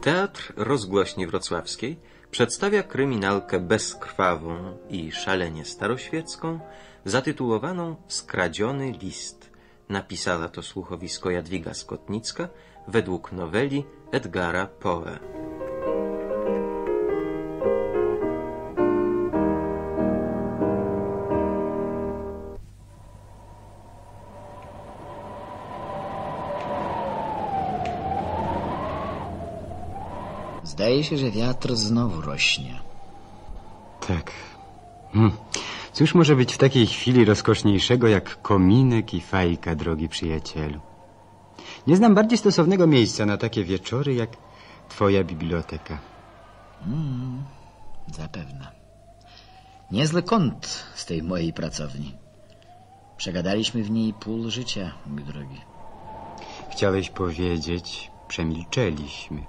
Teatr Rozgłośni Wrocławskiej przedstawia kryminalkę bezkrwawą i szalenie staroświecką zatytułowaną Skradziony list. Napisała to słuchowisko Jadwiga Skotnicka według noweli Edgara Poe. Zdaje się, że wiatr znowu rośnie. Tak. Hm. Cóż może być w takiej chwili rozkoszniejszego jak kominek i fajka, drogi przyjacielu? Nie znam bardziej stosownego miejsca na takie wieczory jak twoja biblioteka. Zapewne. Niezły kąt z tej mojej pracowni. Przegadaliśmy w niej pół życia, mój drogi. Chciałeś powiedzieć, przemilczeliśmy.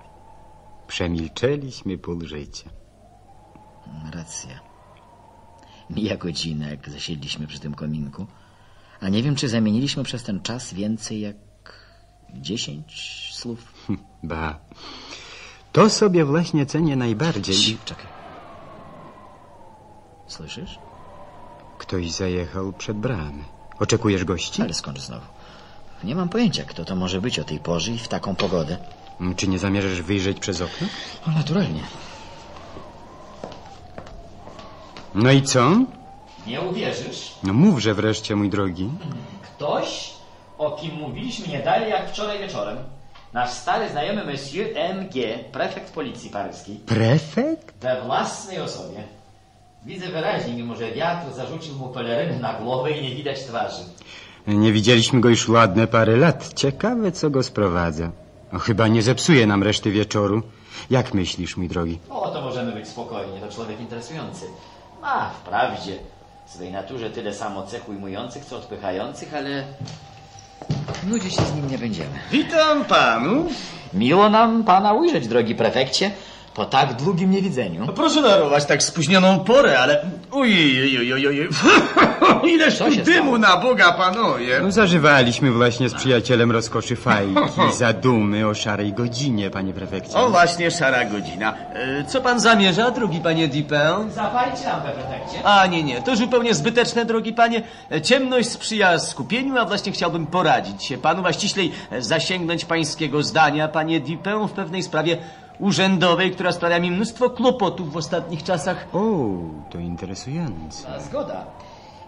Przemilczeliśmy pół życia. Racja. Mija godzina, jak zasiedliśmy przy tym kominku, a nie wiem, czy zamieniliśmy przez ten czas więcej jak dziesięć słów. Hm, Ba. To sobie właśnie cenię najbardziej. Cii, Czekaj. Słyszysz? Ktoś zajechał przed bramę. Oczekujesz gości? Ale skąd znowu? Nie mam pojęcia, kto to może być o tej porze i w taką pogodę. Mm, Czy nie zamierzasz wyjrzeć przez okno? No, naturalnie. No i co? Nie uwierzysz? No mówże wreszcie, mój drogi. Ktoś, o kim mówiliśmy nie dalej jak wczoraj wieczorem, nasz stary znajomy monsieur M.G., prefekt policji paryskiej, Prefekt? we własnej osobie. Widzę wyraźnie, mimo że wiatr zarzucił mu pelerynę na głowę i nie widać twarzy. Nie widzieliśmy go już ładne parę lat. Ciekawe, co go sprowadza. No, chyba nie zepsuje nam reszty wieczoru. Jak myślisz, mój drogi? O, to możemy być spokojni, to człowiek interesujący. Ma wprawdzie w swej naturze tyle samo cech ujmujących, co odpychających, ale nudzić się z nim nie będziemy. Witam panów. Miło nam pana ujrzeć, drogi prefekcie, po tak długim niewidzeniu. Proszę darować tak spóźnioną porę, ale... Ujjjjjjjjjj... Ileż Co się tu stało? dymu na Boga, panowie! No, zażywaliśmy właśnie z przyjacielem rozkoszy fajki, zadumy o szarej godzinie, panie prefekcie. O, właśnie szara godzina. E, Co pan zamierza, drogi panie Dupin? Zapalcie lampę, prefekcie. A, nie, nie, to zupełnie zbyteczne, drogi panie. E, Ciemność sprzyja skupieniu, a właśnie chciałbym poradzić się panu, a ściślej e, zasięgnąć pańskiego zdania, panie Dupin, w pewnej sprawie urzędowej, która sprawia mi mnóstwo kłopotów w ostatnich czasach. O, to interesujące. A, Zgoda.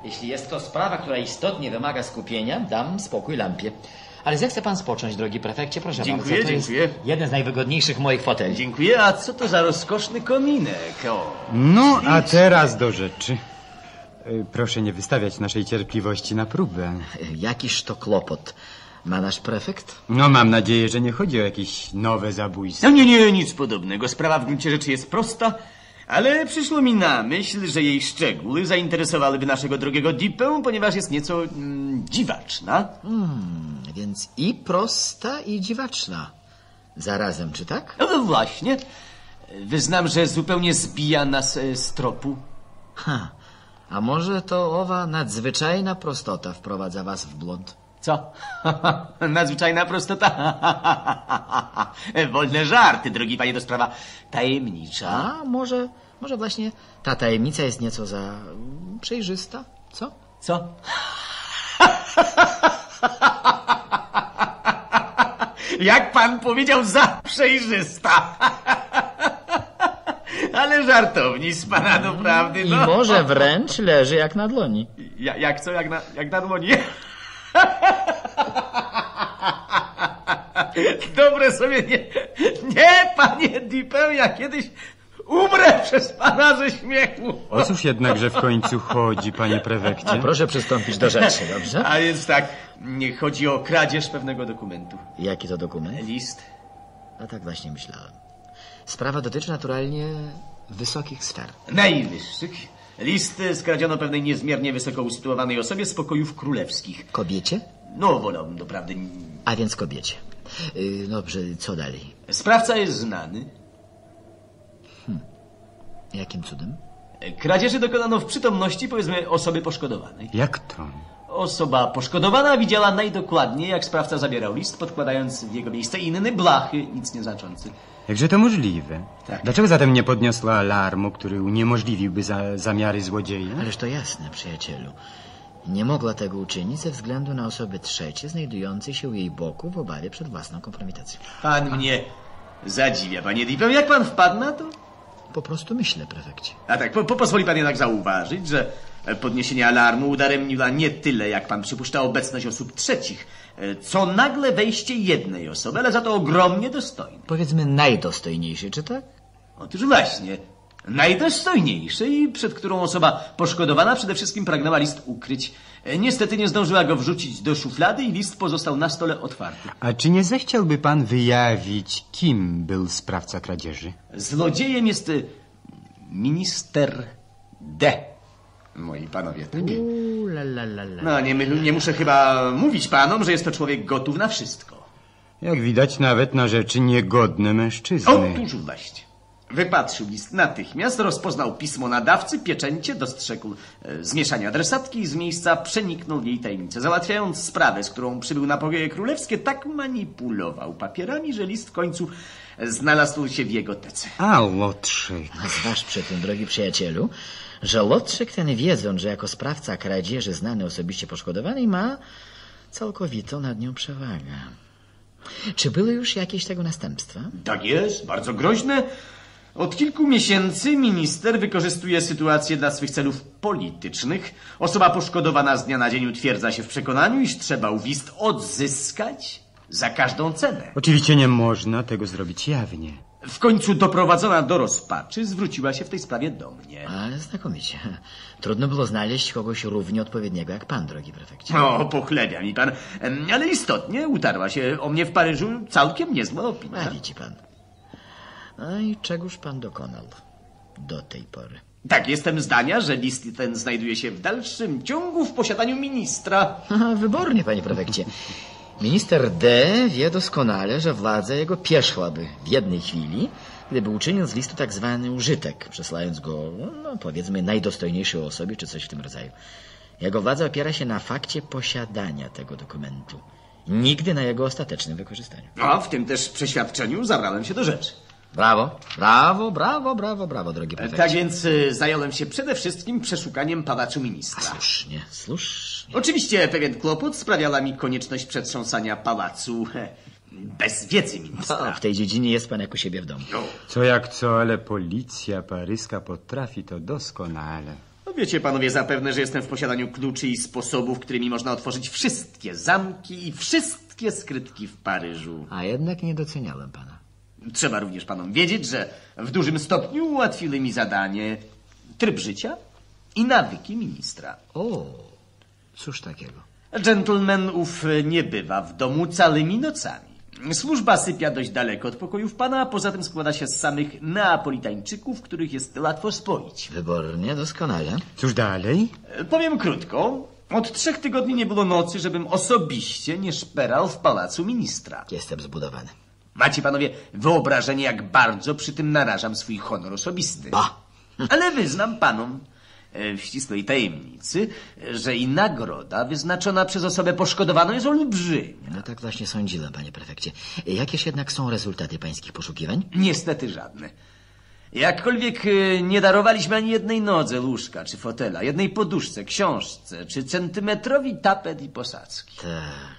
Jeśli jest to sprawa, która istotnie wymaga skupienia, dam spokój lampie. Ale zechce pan spocząć, drogi prefekcie, proszę Dziękuję, bardzo. To dziękuję. Jest jeden z najwygodniejszych moich foteli. Dziękuję, a co to za rozkoszny kominek? O. No, a teraz do rzeczy. E, Proszę nie wystawiać naszej cierpliwości na próbę. Jakiż to kłopot. E, Ma nasz prefekt? No, mam nadzieję, że nie chodzi o jakieś nowe zabójstwo. No nie, nie, nic podobnego. Sprawa w gruncie rzeczy jest prosta, ale przyszło mi na myśl, że jej szczegóły zainteresowałyby naszego drogiego Dipę, ponieważ jest nieco mm, dziwaczna. Hmm, Więc i prosta, i dziwaczna. Zarazem, czy tak? No właśnie. Wyznam, że zupełnie zbija nas e, z tropu. Ha. A może to owa nadzwyczajna prostota wprowadza was w błąd? Co? Nadzwyczajna prostota. Wolne żarty, drogi panie, to sprawa tajemnicza. A może, może właśnie ta tajemnica jest nieco za mm, przejrzysta? Co? Co? Jak pan powiedział, za przejrzysta. Ale żartowni z pana doprawdy, I no. może wręcz leży jak na dłoni. Ja, jak co, jak na, jak na dłoni? Dobre sobie nie... Nie, panie Dipę, ja kiedyś umrę przez pana ze śmiechu. O cóż jednakże w końcu chodzi, panie prefekcie? Proszę przystąpić do rzeczy, dobrze? A więc tak, nie chodzi o kradzież pewnego dokumentu. Jaki to dokument? List. A tak właśnie myślałem. Sprawa dotyczy naturalnie wysokich sfer. Najwyższych. List skradziono pewnej niezmiernie wysoko usytuowanej osobie z pokojów królewskich. Kobiecie? No, wolałbym doprawdy. n- A więc kobiecie. Yy, Dobrze, co dalej? Sprawca jest znany. Jakim cudem? Kradzieży dokonano w przytomności, powiedzmy, osoby poszkodowanej. Jak to? Osoba poszkodowana widziała najdokładniej, jak sprawca zabierał list, podkładając w jego miejsce inny blachy, nic nieznaczący. Jakże to możliwe? Tak. Dlaczego zatem nie podniosła alarmu, który uniemożliwiłby za, zamiary złodzieja? Ależ to jasne, przyjacielu. Nie mogła tego uczynić ze względu na osoby trzecie znajdujące się u jej boku w obawie przed własną kompromitacją. Pan mnie zadziwia, panie Dipę. Jak pan wpadł na to? Po prostu myślę, prefekcie. A tak, po, po, pozwoli pan jednak zauważyć, że e, podniesienie alarmu udaremniła nie tyle, jak pan przypuszcza, obecność osób trzecich, e, co nagle wejście jednej osoby, ale za to ogromnie dostojnej. Powiedzmy najdostojniejszy, czy tak? Otóż właśnie, najdostojniejszej, przed którą osoba poszkodowana przede wszystkim pragnęła list ukryć. E, Niestety nie zdążyła go wrzucić do szuflady i list pozostał na stole otwarty. A czy nie zechciałby pan wyjawić, kim był sprawca kradzieży? Zlodziejem jest y, minister D. Moi panowie, takie. Uuu, la, la, la, la. No, nie, myl- nie muszę chyba mówić panom, że jest to człowiek gotów na wszystko. Jak widać, nawet na rzeczy niegodne mężczyzny. Otóż właśnie. Wypatrzył list natychmiast, rozpoznał pismo nadawcy, pieczęcie, dostrzegł e, zmieszanie adresatki i z miejsca przeniknął jej tajemnicę. Załatwiając sprawę, z którą przybył na pokoje królewskie, tak manipulował papierami, że list w końcu e, znalazł się w jego tece. A, Łotrzyk. A zważ przy tym, drogi przyjacielu, że Łotrzyk ten wiedząc, że jako sprawca kradzieży znany osobiście poszkodowanej ma całkowitą nad nią przewagę. Czy były już jakieś tego następstwa? Tak jest, bardzo groźne. Od kilku miesięcy minister wykorzystuje sytuację dla swych celów politycznych. Osoba poszkodowana z dnia na dzień utwierdza się w przekonaniu, iż trzeba ów list odzyskać za każdą cenę. Oczywiście nie można tego zrobić jawnie. W końcu doprowadzona do rozpaczy zwróciła się w tej sprawie do mnie. Ale znakomicie. Trudno było znaleźć kogoś równie odpowiedniego jak pan, drogi prefekcie. O, pochlebia mi pan. Em, Ale istotnie utarła się o mnie w Paryżu całkiem niezła A opinia. widzi pan. No i czegoż pan dokonał do tej pory? Tak, jestem zdania, że list ten znajduje się w dalszym ciągu w posiadaniu ministra. Aha, Wybornie, panie prefekcie. Minister D wie doskonale, że władza jego pierzchłaby w jednej chwili, gdyby uczynił z listu tak zwany użytek, przesłając go, no, powiedzmy, najdostojniejszej osobie, czy coś w tym rodzaju. Jego władza opiera się na fakcie posiadania tego dokumentu. Nigdy na jego ostatecznym wykorzystaniu. A w tym też przeświadczeniu zabrałem się do rzeczy. Brawo, brawo, brawo, brawo, brawo, drogi prefekcie. Tak więc y, zająłem się przede wszystkim przeszukaniem pałacu ministra. Słusznie, słusznie. Oczywiście pewien kłopot sprawiała mi konieczność przetrząsania pałacu he, bez wiedzy O, ministra. w tej dziedzinie jest pan jak u siebie w domu. No, Co jak co, ale policja paryska potrafi to doskonale. no wiecie panowie zapewne, że jestem w posiadaniu kluczy i sposobów, którymi można otworzyć wszystkie zamki i wszystkie skrytki w Paryżu. A jednak nie doceniałem pana. Trzeba również panom wiedzieć, że w dużym stopniu ułatwiły mi zadanie tryb życia i nawyki ministra. O, cóż takiego? Dżentelmen ów nie bywa w domu całymi nocami. Służba sypia dość daleko od pokojów pana, a poza tym składa się z samych neapolitańczyków, których jest łatwo spoić. Wybornie, doskonale. Cóż dalej? E, Powiem krótko. Od trzech tygodni nie było nocy, żebym osobiście nie szperał w pałacu ministra. Jestem zbudowany. Macie panowie wyobrażenie, jak bardzo przy tym narażam swój honor osobisty. Ba! Ale wyznam panom e, w ścisłej tajemnicy, e, że i nagroda wyznaczona przez osobę poszkodowaną jest olbrzymia. No tak właśnie sądziłem, panie prefekcie. Jakież jednak są rezultaty pańskich poszukiwań? Niestety żadne. Jakkolwiek y, nie darowaliśmy ani jednej nodze łóżka czy fotela, jednej poduszce, książce czy centymetrowi tapet i posadzki. Tak.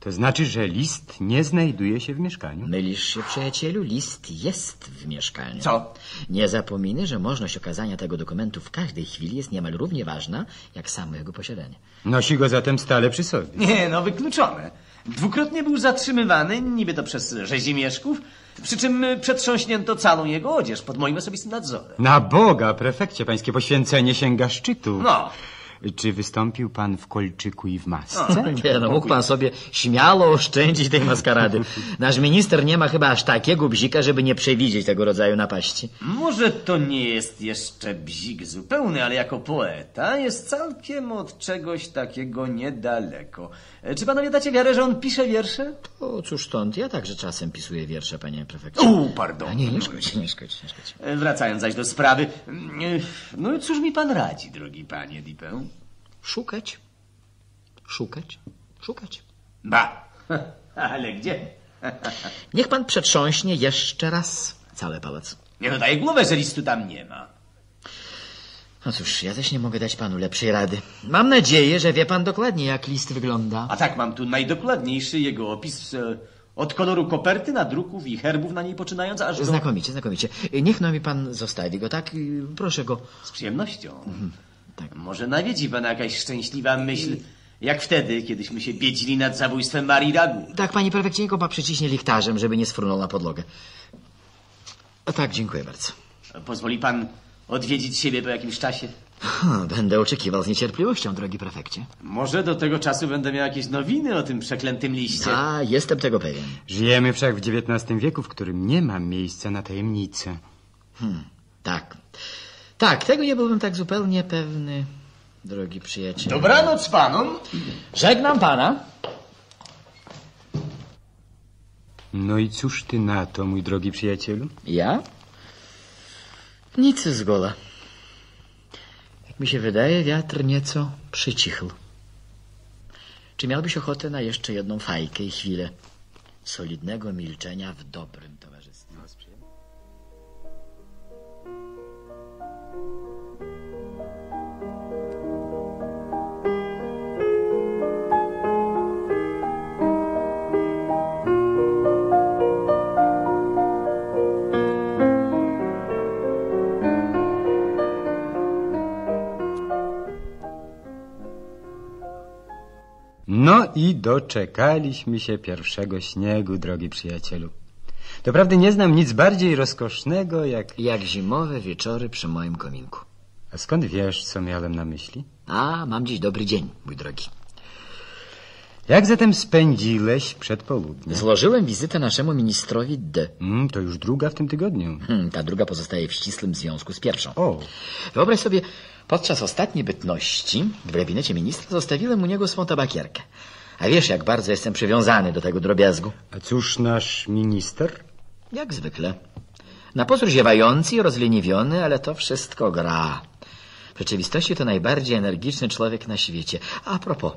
To znaczy, że list nie znajduje się w mieszkaniu. Mylisz się, przyjacielu, list jest w mieszkaniu. Co? Nie zapominaj, że możliwość okazania tego dokumentu w każdej chwili jest niemal równie ważna, jak samo jego posiadanie. Nosi go zatem stale przy sobie. Nie, no wykluczone. Dwukrotnie był zatrzymywany, niby to przez rzezimieszków, przy czym y, przetrząśnięto całą jego odzież pod moim osobistym nadzorem. Na Boga, prefekcie, pańskie poświęcenie sięga szczytu. No, Czy wystąpił pan w kolczyku i w masce? Nie, no mógł pan sobie śmiało oszczędzić tej maskarady. Nasz minister nie ma chyba aż takiego bzika, żeby nie przewidzieć tego rodzaju napaści. może to nie jest jeszcze bzik zupełny, ale jako poeta jest całkiem od czegoś takiego niedaleko. E, Czy panowie dacie wiarę, że on pisze wiersze? O, cóż stąd, ja także czasem pisuję wiersze, panie prefekcie. U, pardon. A nie, nie szkodź, nie szkodź, nie szkodź. E, Wracając zaś do mm, e, sprawy. No cóż mi pan radzi, drogi panie Dipę? Szukać Szukać, szukać. Ba! Ale gdzie? Niech pan przetrząśnie jeszcze raz cały pałac. Nie dodaję głowę, że listu tam nie ma. No cóż, ja też nie mogę dać panu lepszej rady. Mam nadzieję, że wie pan dokładnie, jak list wygląda. A tak, mam tu najdokładniejszy jego opis e, od koloru koperty, nadruków i herbów na niej poczynając, aż do... Znakomicie, znakomicie. Niech no mi pan zostawi go, tak? Y, Proszę go. Z przyjemnością. tak. Może nawiedzi pana jakaś szczęśliwa myśl, jak wtedy, kiedyśmy się biedzili nad zabójstwem Marii Ragu. Tak, panie prefekcie, niech go pan przyciśnie lichtarzem, żeby nie sfrunął na podłogę. A tak, dziękuję bardzo. Pozwoli pan odwiedzić siebie po jakimś czasie? Ha, Będę oczekiwał z niecierpliwością, drogi prefekcie. Może do tego czasu będę miał jakieś nowiny o tym przeklętym liście. A, jestem tego pewien. Żyjemy wszak w XIX wieku, w którym nie ma miejsca na tajemnice. Tak. Tak, tego nie byłbym tak zupełnie pewny, drogi przyjaciel. Dobranoc panom. Żegnam pana. No i cóż ty na to, mój drogi przyjacielu? Ja? Nic zgola. Jak mi się wydaje, wiatr nieco przycichł. Czy miałbyś ochotę na jeszcze jedną fajkę i chwilę solidnego milczenia w dobrym towarzystwie? No i doczekaliśmy się pierwszego śniegu, drogi przyjacielu. Doprawdy nie znam nic bardziej rozkosznego jak... Jak zimowe wieczory przy moim kominku. A skąd wiesz, co miałem na myśli? A, mam dziś dobry dzień, mój drogi. Jak zatem spędziłeś przedpołudnie? Złożyłem wizytę naszemu ministrowi D. Mm, to już druga w tym tygodniu. Hmm, ta druga pozostaje w ścisłym związku z pierwszą. O, Wyobraź sobie, podczas ostatniej bytności w gabinecie ministra zostawiłem u niego swą tabakierkę. A wiesz, jak bardzo jestem przywiązany do tego drobiazgu. a cóż nasz minister? Jak zwykle. Na pozór ziewający i rozleniwiony, ale to wszystko gra. W rzeczywistości to najbardziej energiczny człowiek na świecie. A propos,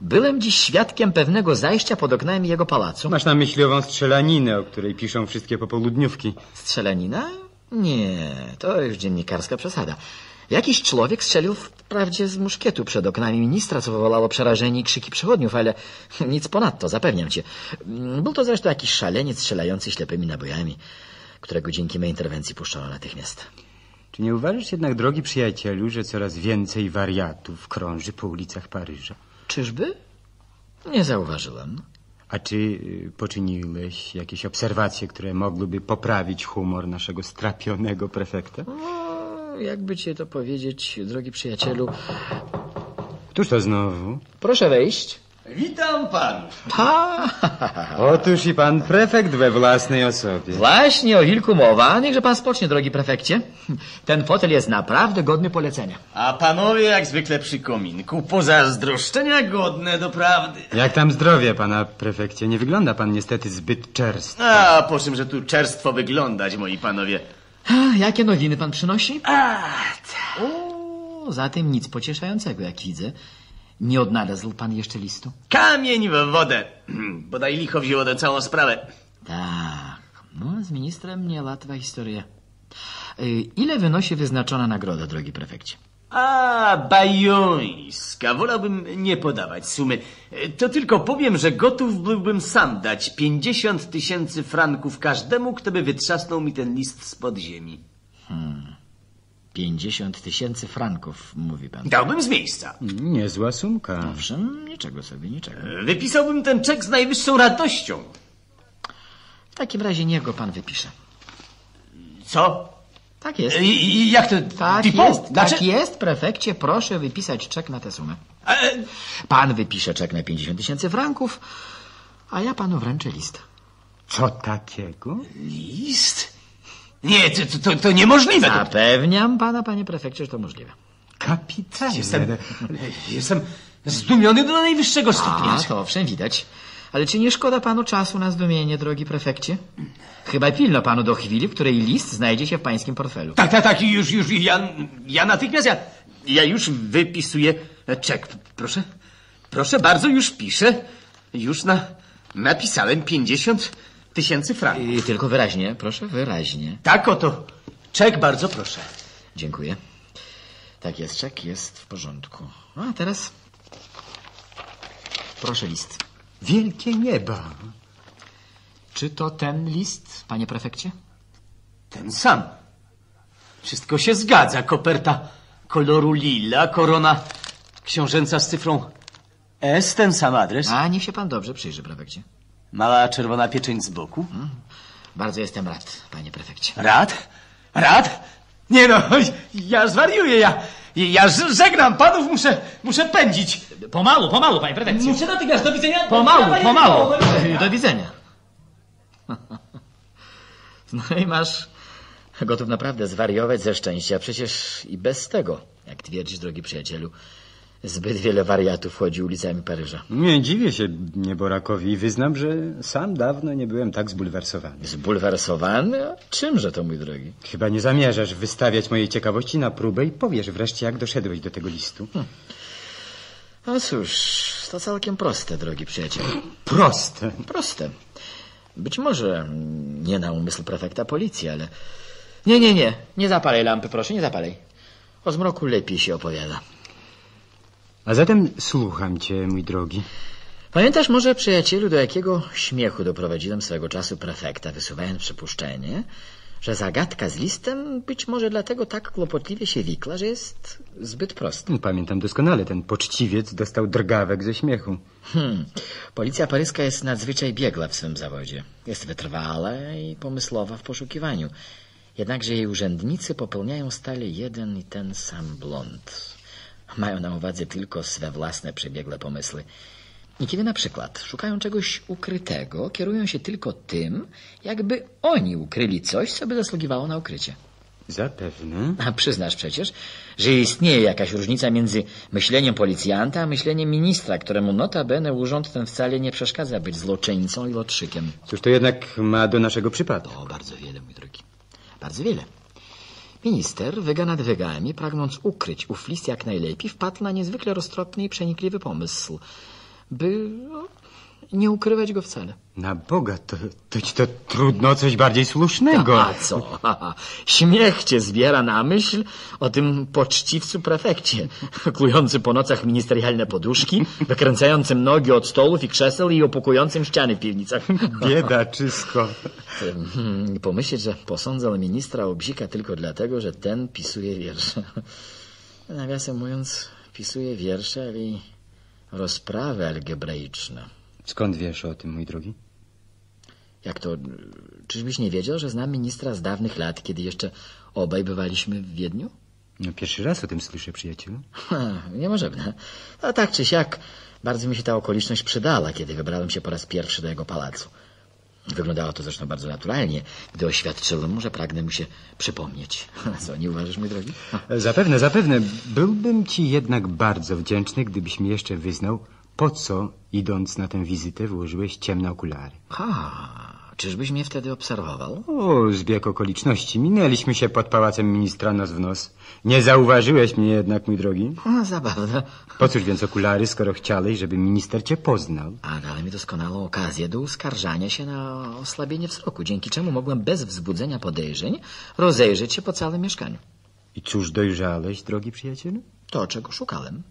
byłem dziś świadkiem pewnego zajścia pod oknami jego pałacu. Masz na myśli ową strzelaninę, o której piszą wszystkie popołudniówki. Strzelanina? Nie, to już dziennikarska przesada. Jakiś człowiek strzelił wprawdzie z muszkietu przed oknami ministra, co wywołało przerażenie i krzyki przechodniów, ale nic ponadto, zapewniam cię. Mm, Był to zresztą jakiś szaleniec strzelający ślepymi nabojami, którego dzięki mojej interwencji puszczono natychmiast. Czy nie uważasz jednak, drogi przyjacielu, że coraz więcej wariatów krąży po ulicach Paryża? Czyżby? Nie zauważyłem. A czy y, poczyniłeś jakieś obserwacje, które mogłyby poprawić humor naszego strapionego prefekta? No, jakby cię to powiedzieć, drogi przyjacielu. Któż to znowu? Proszę wejść. Tak. Witam panów. Ha! Otóż i pan prefekt we własnej osobie. Właśnie o wilku mowa. Niechże pan spocznie, drogi prefekcie. Ten fotel jest naprawdę godny polecenia. A panowie jak zwykle przy kominku, pozazdroszczenia godne doprawdy. Jak tam zdrowie, pana prefekcie? Nie wygląda pan niestety zbyt czerstwo. A po czym, że tu czerstwo wyglądać, moi panowie. Ach, Jakie nowiny pan przynosi? O, zatem nic pocieszającego, jak widzę. Nie odnalazł pan jeszcze listu? Kamień w wodę. Hmm, Bodaj licho wzięło tę całą sprawę. Tak. No, z ministrem nie łatwa historia. Y, Ile wynosi wyznaczona nagroda, drogi prefekcie? A, bajońska. Wolałbym nie podawać sumy. To tylko powiem, że gotów byłbym sam dać 50 tysięcy franków każdemu, kto by wytrzasnął mi ten list spod ziemi. 50 tysięcy franków, mówi pan. Dałbym z miejsca. Niezła sumka. Owszem, niczego sobie, niczego. Wypisałbym ten czek z najwyższą radością. W takim razie niech go pan wypisze. Co? Tak jest. I, i, jak to? Tak Tipo? jest, Znaczy- tak jest, prefekcie, proszę wypisać czek na tę sumę. E, Pan wypisze czek na 50 tysięcy franków, a ja panu wręczę list. Co takiego? List? Nie, to, to- to, to niemożliwe. To, Zapewniam pana, panie prefekcie, że to możliwe. Kapitalnie. jestem, jestem zdumiony do najwyższego stopnia. e, A, to owszem, widać. Ale czy nie szkoda panu czasu na zdumienie, drogi prefekcie? Chyba pilno panu do chwili, w której list znajdzie się w pańskim portfelu. Tak, tak, tak, już, już, ja, ja natychmiast, ja, ja już wypisuję czek, proszę. Proszę bardzo, już piszę. Już na, napisałem 50 tysięcy franków. I tylko wyraźnie, proszę, wyraźnie. Tak oto. Czek, bardzo proszę. Dziękuję. Tak jest, czek jest w porządku. No, a teraz... Proszę list. Wielkie nieba. Czy to ten list, panie prefekcie? Ten sam. Wszystko się zgadza. Koperta koloru lila, korona książęca z cyfrą S, ten sam adres. A, niech się pan dobrze przyjrzy, prefekcie. Mała czerwona pieczęć z boku. Bardzo jestem rad, panie prefekcie. Rad? Rad? Nie no, ja zwariuję, ja, ja ż- żegnam panów, muszę, muszę pędzić. Pomału, pomału, panie prefekcie. Muszę natychmiast, do widzenia. Pomału, pomału. Do widzenia. No i masz gotów naprawdę zwariować ze szczęścia. Przecież i bez tego, jak twierdzisz, drogi przyjacielu, zbyt wiele wariatów chodzi ulicami Paryża. Nie dziwię się nieborakowi i wyznam, że sam dawno nie byłem tak zbulwersowany. Zbulwersowany? A Czymże to, mój drogi? Chyba nie zamierzasz wystawiać mojej ciekawości na próbę i powiesz wreszcie, jak doszedłeś do tego listu. A No cóż, to całkiem proste, drogi przyjacielu. Proste. Proste. Być może mm, nie na umysł prefekta policji, ale... Nie, nie, nie. Nie zapalaj lampy, proszę, nie zapalaj. O zmroku lepiej się opowiada. A zatem słucham cię, mój drogi. Pamiętasz może, przyjacielu, do jakiego śmiechu doprowadziłem swego czasu prefekta, wysuwając przypuszczenie, że zagadka z listem być może dlatego tak kłopotliwie się wikła, że jest zbyt prosta. Pamiętam doskonale, ten poczciwiec dostał drgawek ze śmiechu. Hmm. Policja paryska jest nadzwyczaj biegła w swym zawodzie. Jest wytrwała i pomysłowa w poszukiwaniu. Jednakże jej urzędnicy popełniają stale jeden i ten sam błąd. Mają na uwadze tylko swe własne przebiegłe pomysły. I kiedy na przykład szukają czegoś ukrytego, kierują się tylko tym, jakby oni ukryli coś, co by zasługiwało na ukrycie. Zapewne. A przyznasz przecież, że istnieje jakaś różnica między myśleniem policjanta a myśleniem ministra, któremu notabene urząd ten wcale nie przeszkadza być zloczyńcą i lotrzykiem. Cóż to jednak ma do naszego przypadku? O, bardzo wiele, mój drogi. Bardzo wiele. Minister, wyga nad wygami, pragnąc ukryć ów list jak najlepiej, wpadł na niezwykle roztropny i przenikliwy pomysł, by no, nie ukrywać go wcale. Na Boga, to, to ci to trudno coś bardziej słusznego. A co? Śmiech cię zbiera na myśl o tym poczciwcu prefekcie, kujący po nocach ministerialne poduszki, wykręcającym nogi od stołów i krzeseł i opukującym ściany w piwnicach. Biedaczysko. Hmm, I pomyśleć, że posądzał ministra o bzika tylko dlatego, że ten pisuje wiersze. Nawiasem mówiąc, pisuje wiersze, ale i rozprawy algebraiczne. Skąd wiesz o tym, mój drogi? Jak to? Czyżbyś nie wiedział, że znam ministra z dawnych lat, kiedy jeszcze obaj bywaliśmy w Wiedniu? No pierwszy raz o tym słyszę, przyjacielu. Ha, Niemożebne. Hm, A tak czy siak, bardzo mi się ta okoliczność przydała, kiedy wybrałem się po raz pierwszy do jego pałacu. Wyglądało to zresztą bardzo naturalnie, gdy oświadczyłem mu, że pragnę mu się przypomnieć. Co, nie uważasz, mój drogi? Ha. Zapewne, zapewne. Byłbym ci jednak bardzo wdzięczny, gdybyś mi jeszcze wyznał, po co, idąc na tę wizytę, włożyłeś ciemne okulary. Ha, czyżbyś mnie wtedy obserwował? O, zbieg okoliczności. Minęliśmy się pod pałacem ministra nos w nos. Nie zauważyłeś mnie jednak, mój drogi. Ha, zabawne. Po cóż więc okulary, skoro chciałeś, żeby minister cię poznał? A dała mi doskonałą okazję do uskarżania się na osłabienie wzroku, dzięki czemu mogłem bez wzbudzenia podejrzeń rozejrzeć się po całym mieszkaniu. I cóż dojrzałeś, drogi przyjacielu? To, czego szukałem.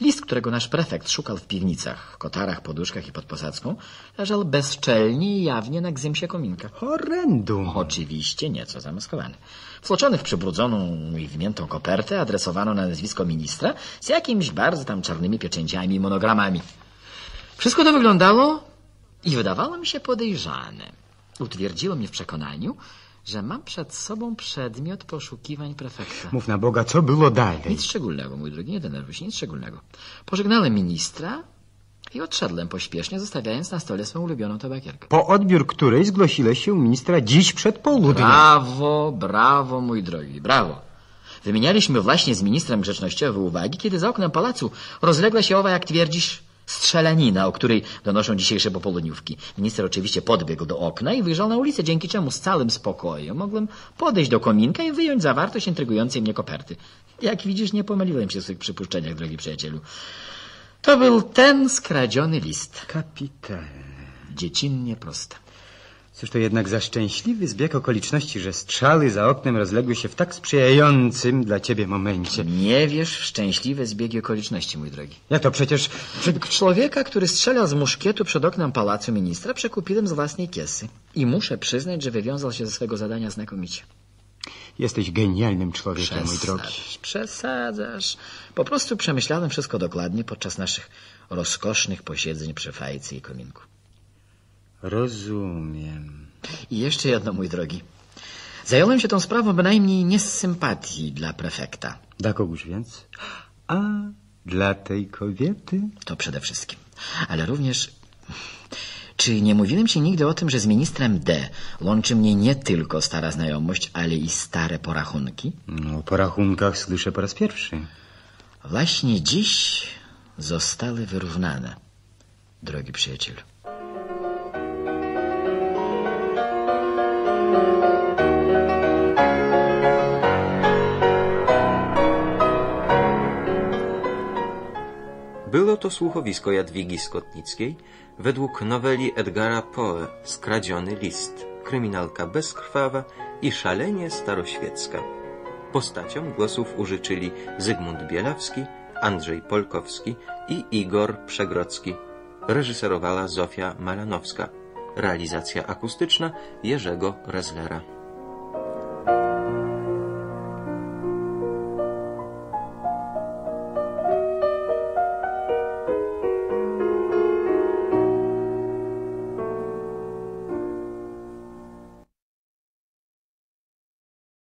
List, którego nasz prefekt szukał w piwnicach, kotarach, poduszkach i pod posadzką, leżał bezczelnie i jawnie na gzymsie kominka. Horrendum. Oczywiście nieco zamaskowany. Wtłoczony w przybrudzoną i wymiętą kopertę adresowano na nazwisko ministra z jakimiś bardzo tam czarnymi pieczęciami i monogramami. Wszystko to wyglądało i wydawało mi się podejrzane. Utwierdziło mnie w przekonaniu, że mam przed sobą przedmiot poszukiwań prefekta. Mów na Boga, co było dalej? Nic szczególnego, mój drogi, nie denerwuj się, nic szczególnego. Pożegnałem ministra i odszedłem pośpiesznie, zostawiając na stole swoją ulubioną tabakierkę. Po odbiór której zgłosiłeś się u ministra dziś przed południem. Brawo, brawo, mój drogi, brawo. Wymienialiśmy właśnie z ministrem grzecznościowe uwagi, kiedy za oknem pałacu rozległa się owa, jak twierdzisz, strzelanina, o której donoszą dzisiejsze popołudniówki. Minister oczywiście podbiegł do okna i wyjrzał na ulicę, dzięki czemu z całym spokojem mogłem podejść do kominka i wyjąć zawartość intrygującej mnie koperty. Jak widzisz, nie pomyliłem się w swoich przypuszczeniach, drogi przyjacielu. To był ten skradziony list. Kapitalne. Dziecinnie prosta. Cóż to jednak za szczęśliwy zbieg okoliczności, że strzały za oknem rozległy się w tak sprzyjającym dla ciebie momencie. Nie wiesz w szczęśliwe zbiegi okoliczności, mój drogi. Ja to przecież... Człowieka, który strzela z muszkietu przed oknem pałacu ministra, przekupiłem z własnej kiesy. I muszę przyznać, że wywiązał się ze swego zadania znakomicie. Jesteś genialnym człowiekiem, mój drogi. Przesadzasz. Po prostu przemyślałem wszystko dokładnie podczas naszych rozkosznych posiedzeń przy fajce i kominku. Rozumiem. I jeszcze jedno, mój drogi. Zająłem się tą sprawą bynajmniej nie z sympatii dla prefekta. Dla kogoś więc? A dla tej kobiety? To przede wszystkim. Ale również... Czy nie mówiłem ci nigdy o tym, że z ministrem D łączy mnie nie tylko stara znajomość, ale i stare porachunki? No, po rachunkach słyszę po raz pierwszy. Właśnie dziś zostały wyrównane, drogi przyjacielu. Było to słuchowisko Jadwigi Skotnickiej według noweli Edgara Poe Skradziony list, kryminalka bezkrwawa i szalenie staroświecka. Postaciom głosów użyczyli Zygmunt Bielawski, Andrzej Polkowski i Igor Przegrodzki. Reżyserowała Zofia Malanowska. Realizacja akustyczna Jerzego Rezlera.